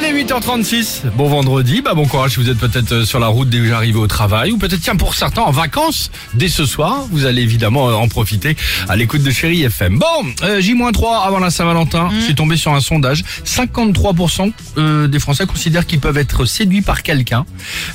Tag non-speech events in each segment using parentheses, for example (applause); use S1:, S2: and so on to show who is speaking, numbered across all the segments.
S1: 8h36, bon vendredi, bah bon courage si vous êtes peut-être euh, sur la route déjà arrivé au travail ou peut-être tiens pour certains en vacances dès ce soir, vous allez évidemment euh, en profiter à l'écoute de Chéri FM. Bon, euh, J-3 avant la Saint-Valentin, je suis tombé sur un sondage, 53% euh, des Français considèrent qu'ils peuvent être séduits par quelqu'un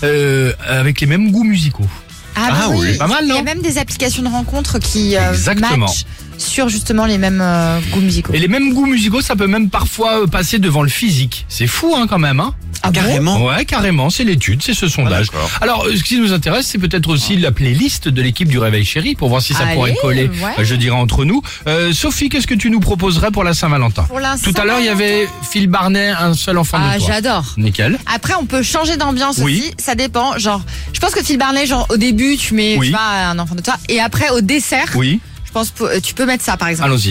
S1: euh, avec les mêmes goûts musicaux.
S2: bah
S1: Ah oui. Pas mal,
S2: Il y
S1: non
S2: a même des applications de rencontres qui euh,
S1: Exactement.
S2: matchent sur justement les mêmes euh, goûts musicaux.
S1: Et les mêmes goûts musicaux, ça peut même parfois euh, passer devant le physique. C'est fou hein quand même hein.
S2: Ah bon
S3: Carrément. Ah,
S1: Ouais, carrément, c'est l'étude, c'est ce sondage.
S3: d'accord.
S1: Alors, euh, ce qui nous intéresse, c'est peut-être aussi la playlist de l'équipe du Réveil Chéri pour voir si ça
S2: Allez,
S1: pourrait coller,
S2: ouais.
S1: euh, je dirais, entre nous. Euh, Sophie, qu'est-ce que tu nous proposerais pour la Saint-Valentin
S2: Pour la
S1: Tout à l'heure, il y avait Phil Barnet, un seul enfant de
S2: Ah,
S1: toi.
S2: j'adore.
S1: Nickel.
S2: Après, on peut changer d'ambiance
S1: Oui.
S2: aussi. Ça dépend. Genre, je pense que Phil Barnet, genre, au début, tu mets
S1: Oui.
S2: tu vois, un enfant de toi. Et après, au dessert,
S1: Oui,
S2: je pense que euh, tu peux mettre ça, par exemple.
S1: allons-y.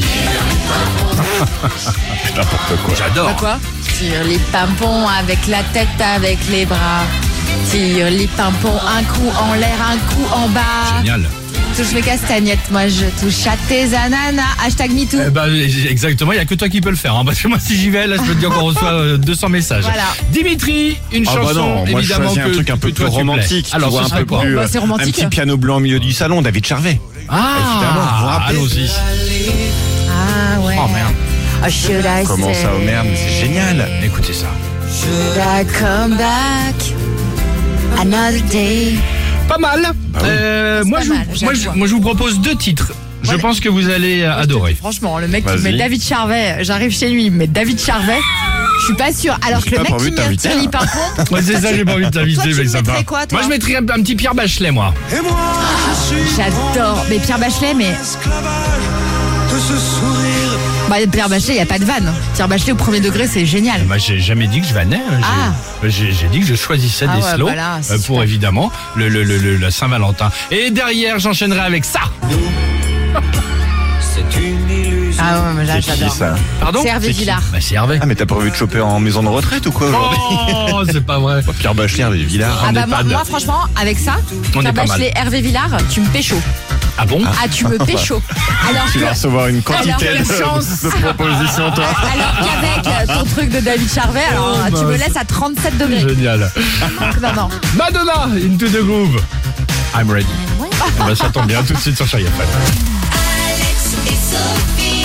S1: N'importe quoi.
S2: Bah,
S1: J'adore.
S2: quoi
S4: Tire les pimpons avec la tête, avec les bras. Tire les pimpons, un coup en l'air, un coup en bas.
S1: Génial.
S4: Touche mes castagnettes, moi je touche à tes ananas. Hashtag MeToo.
S3: Euh,
S1: Eh ben, exactement, il n'y a que toi qui peux le faire. hein, (laughs) parce que moi, si j'y vais, là, je peux te dire qu'on reçoit euh, 200 messages.
S2: Voilà.
S1: Dimitri, une
S3: Ah
S1: chanson,
S3: bah non, moi je
S1: évidemment,
S3: choisis un
S1: que-
S3: truc un peu
S1: que
S3: plus
S1: toi, tu plais.
S3: romantique. tu
S1: Alors,
S3: vois,
S1: ce
S3: un
S1: serait
S3: peu
S1: quoi
S3: plus,
S2: Bah, c'est
S3: euh, Un
S2: romantique.
S3: petit piano blanc au milieu du salon, David Charvet. Évidemment, vous vous
S1: Ah,
S3: rappelez
S1: allons-y.
S4: Ah ouais.
S1: Oh merde,
S4: Oh, should I
S3: Comment ça, oh
S4: say,
S3: merde, mais c'est génial.
S1: écoutez ça.
S4: Should I come back another day?
S1: Pas mal. Euh, moi, je,
S4: pas mal,
S1: vous-
S4: j'aime
S1: moi, je,
S4: bien.
S1: moi, je vous propose deux titres. Je pense que vous allez euh, adorer.
S2: Franchement, le mec qui
S3: Vas-y.
S2: met David Charvet, j'arrive chez lui, il me met David Charvet. Je suis pas sûre. Alors
S3: J'ai
S2: que le
S3: pas
S2: mec
S3: envie
S2: qui
S3: de
S2: met
S3: t'inviter,
S2: Thierry
S3: hein.
S2: Pimpon,
S3: (laughs)
S1: Moi, c'est ça, j'ai pas envie de t'inviter,
S2: Toi, tu
S1: mais ça
S2: mettrais
S1: va.
S2: quoi, toi
S1: Moi, je mettrais un, un petit Pierre Bachelet, moi.
S5: Et moi, je suis
S2: j'adore. Mais Pierre Bachelet, mais
S5: esclavage de ce sourire.
S2: bah, Pierre Bachelet, il y a pas de vanne. Pierre Bachelet au premier degré, c'est génial.
S1: Moi, j'ai jamais dit que je vannais. hein. J'ai j'ai- j'ai dit que je choisissais
S2: Ah
S1: des
S2: ouais,
S1: slows
S2: bah là, c'est
S1: euh,
S2: super.
S1: pour évidemment le, le, le, le- la Saint-Valentin. Et derrière, j'enchaînerai avec ça.
S5: C'est une illusion.
S2: Ah ouais, mais là,
S3: C'est qui
S2: j'adore.
S3: ça
S1: Pardon
S2: C'est Hervé
S1: qui
S2: Villard.
S1: Bah, C'est Hervé.
S3: Ah, mais t'as pas envie de choper en maison de retraite ou quoi aujourd'hui
S1: Oh, c'est pas vrai.
S3: Pierre Bachelier, les Villard.
S2: Ah
S1: en
S2: bah moi,
S1: EHPAD.
S2: moi, franchement avec ça,
S1: On est
S2: Pierre
S1: pas mal.
S2: Bachelet, Hervé Villard, tu me pécho.
S1: Ah bon
S2: Ah tu me
S1: (laughs)
S2: pécho. Alors
S3: Tu
S2: que
S3: vas recevoir une
S2: Alors,
S3: quantité
S2: quelle
S3: de,
S2: chance
S3: de propositions, toi.
S2: alors qu'avec euh, ton truc de David Charvet, alors
S1: (laughs) Oh,
S2: tu
S1: bah,
S2: me laisses à 37 degrés.
S1: Génial.
S2: Non non.
S1: Madonna, Into the Groove. Eh ben, I'm ready. Ah bah, ça tombe bien, tout de suite sur Chai FM.
S6: Alex et Sophie.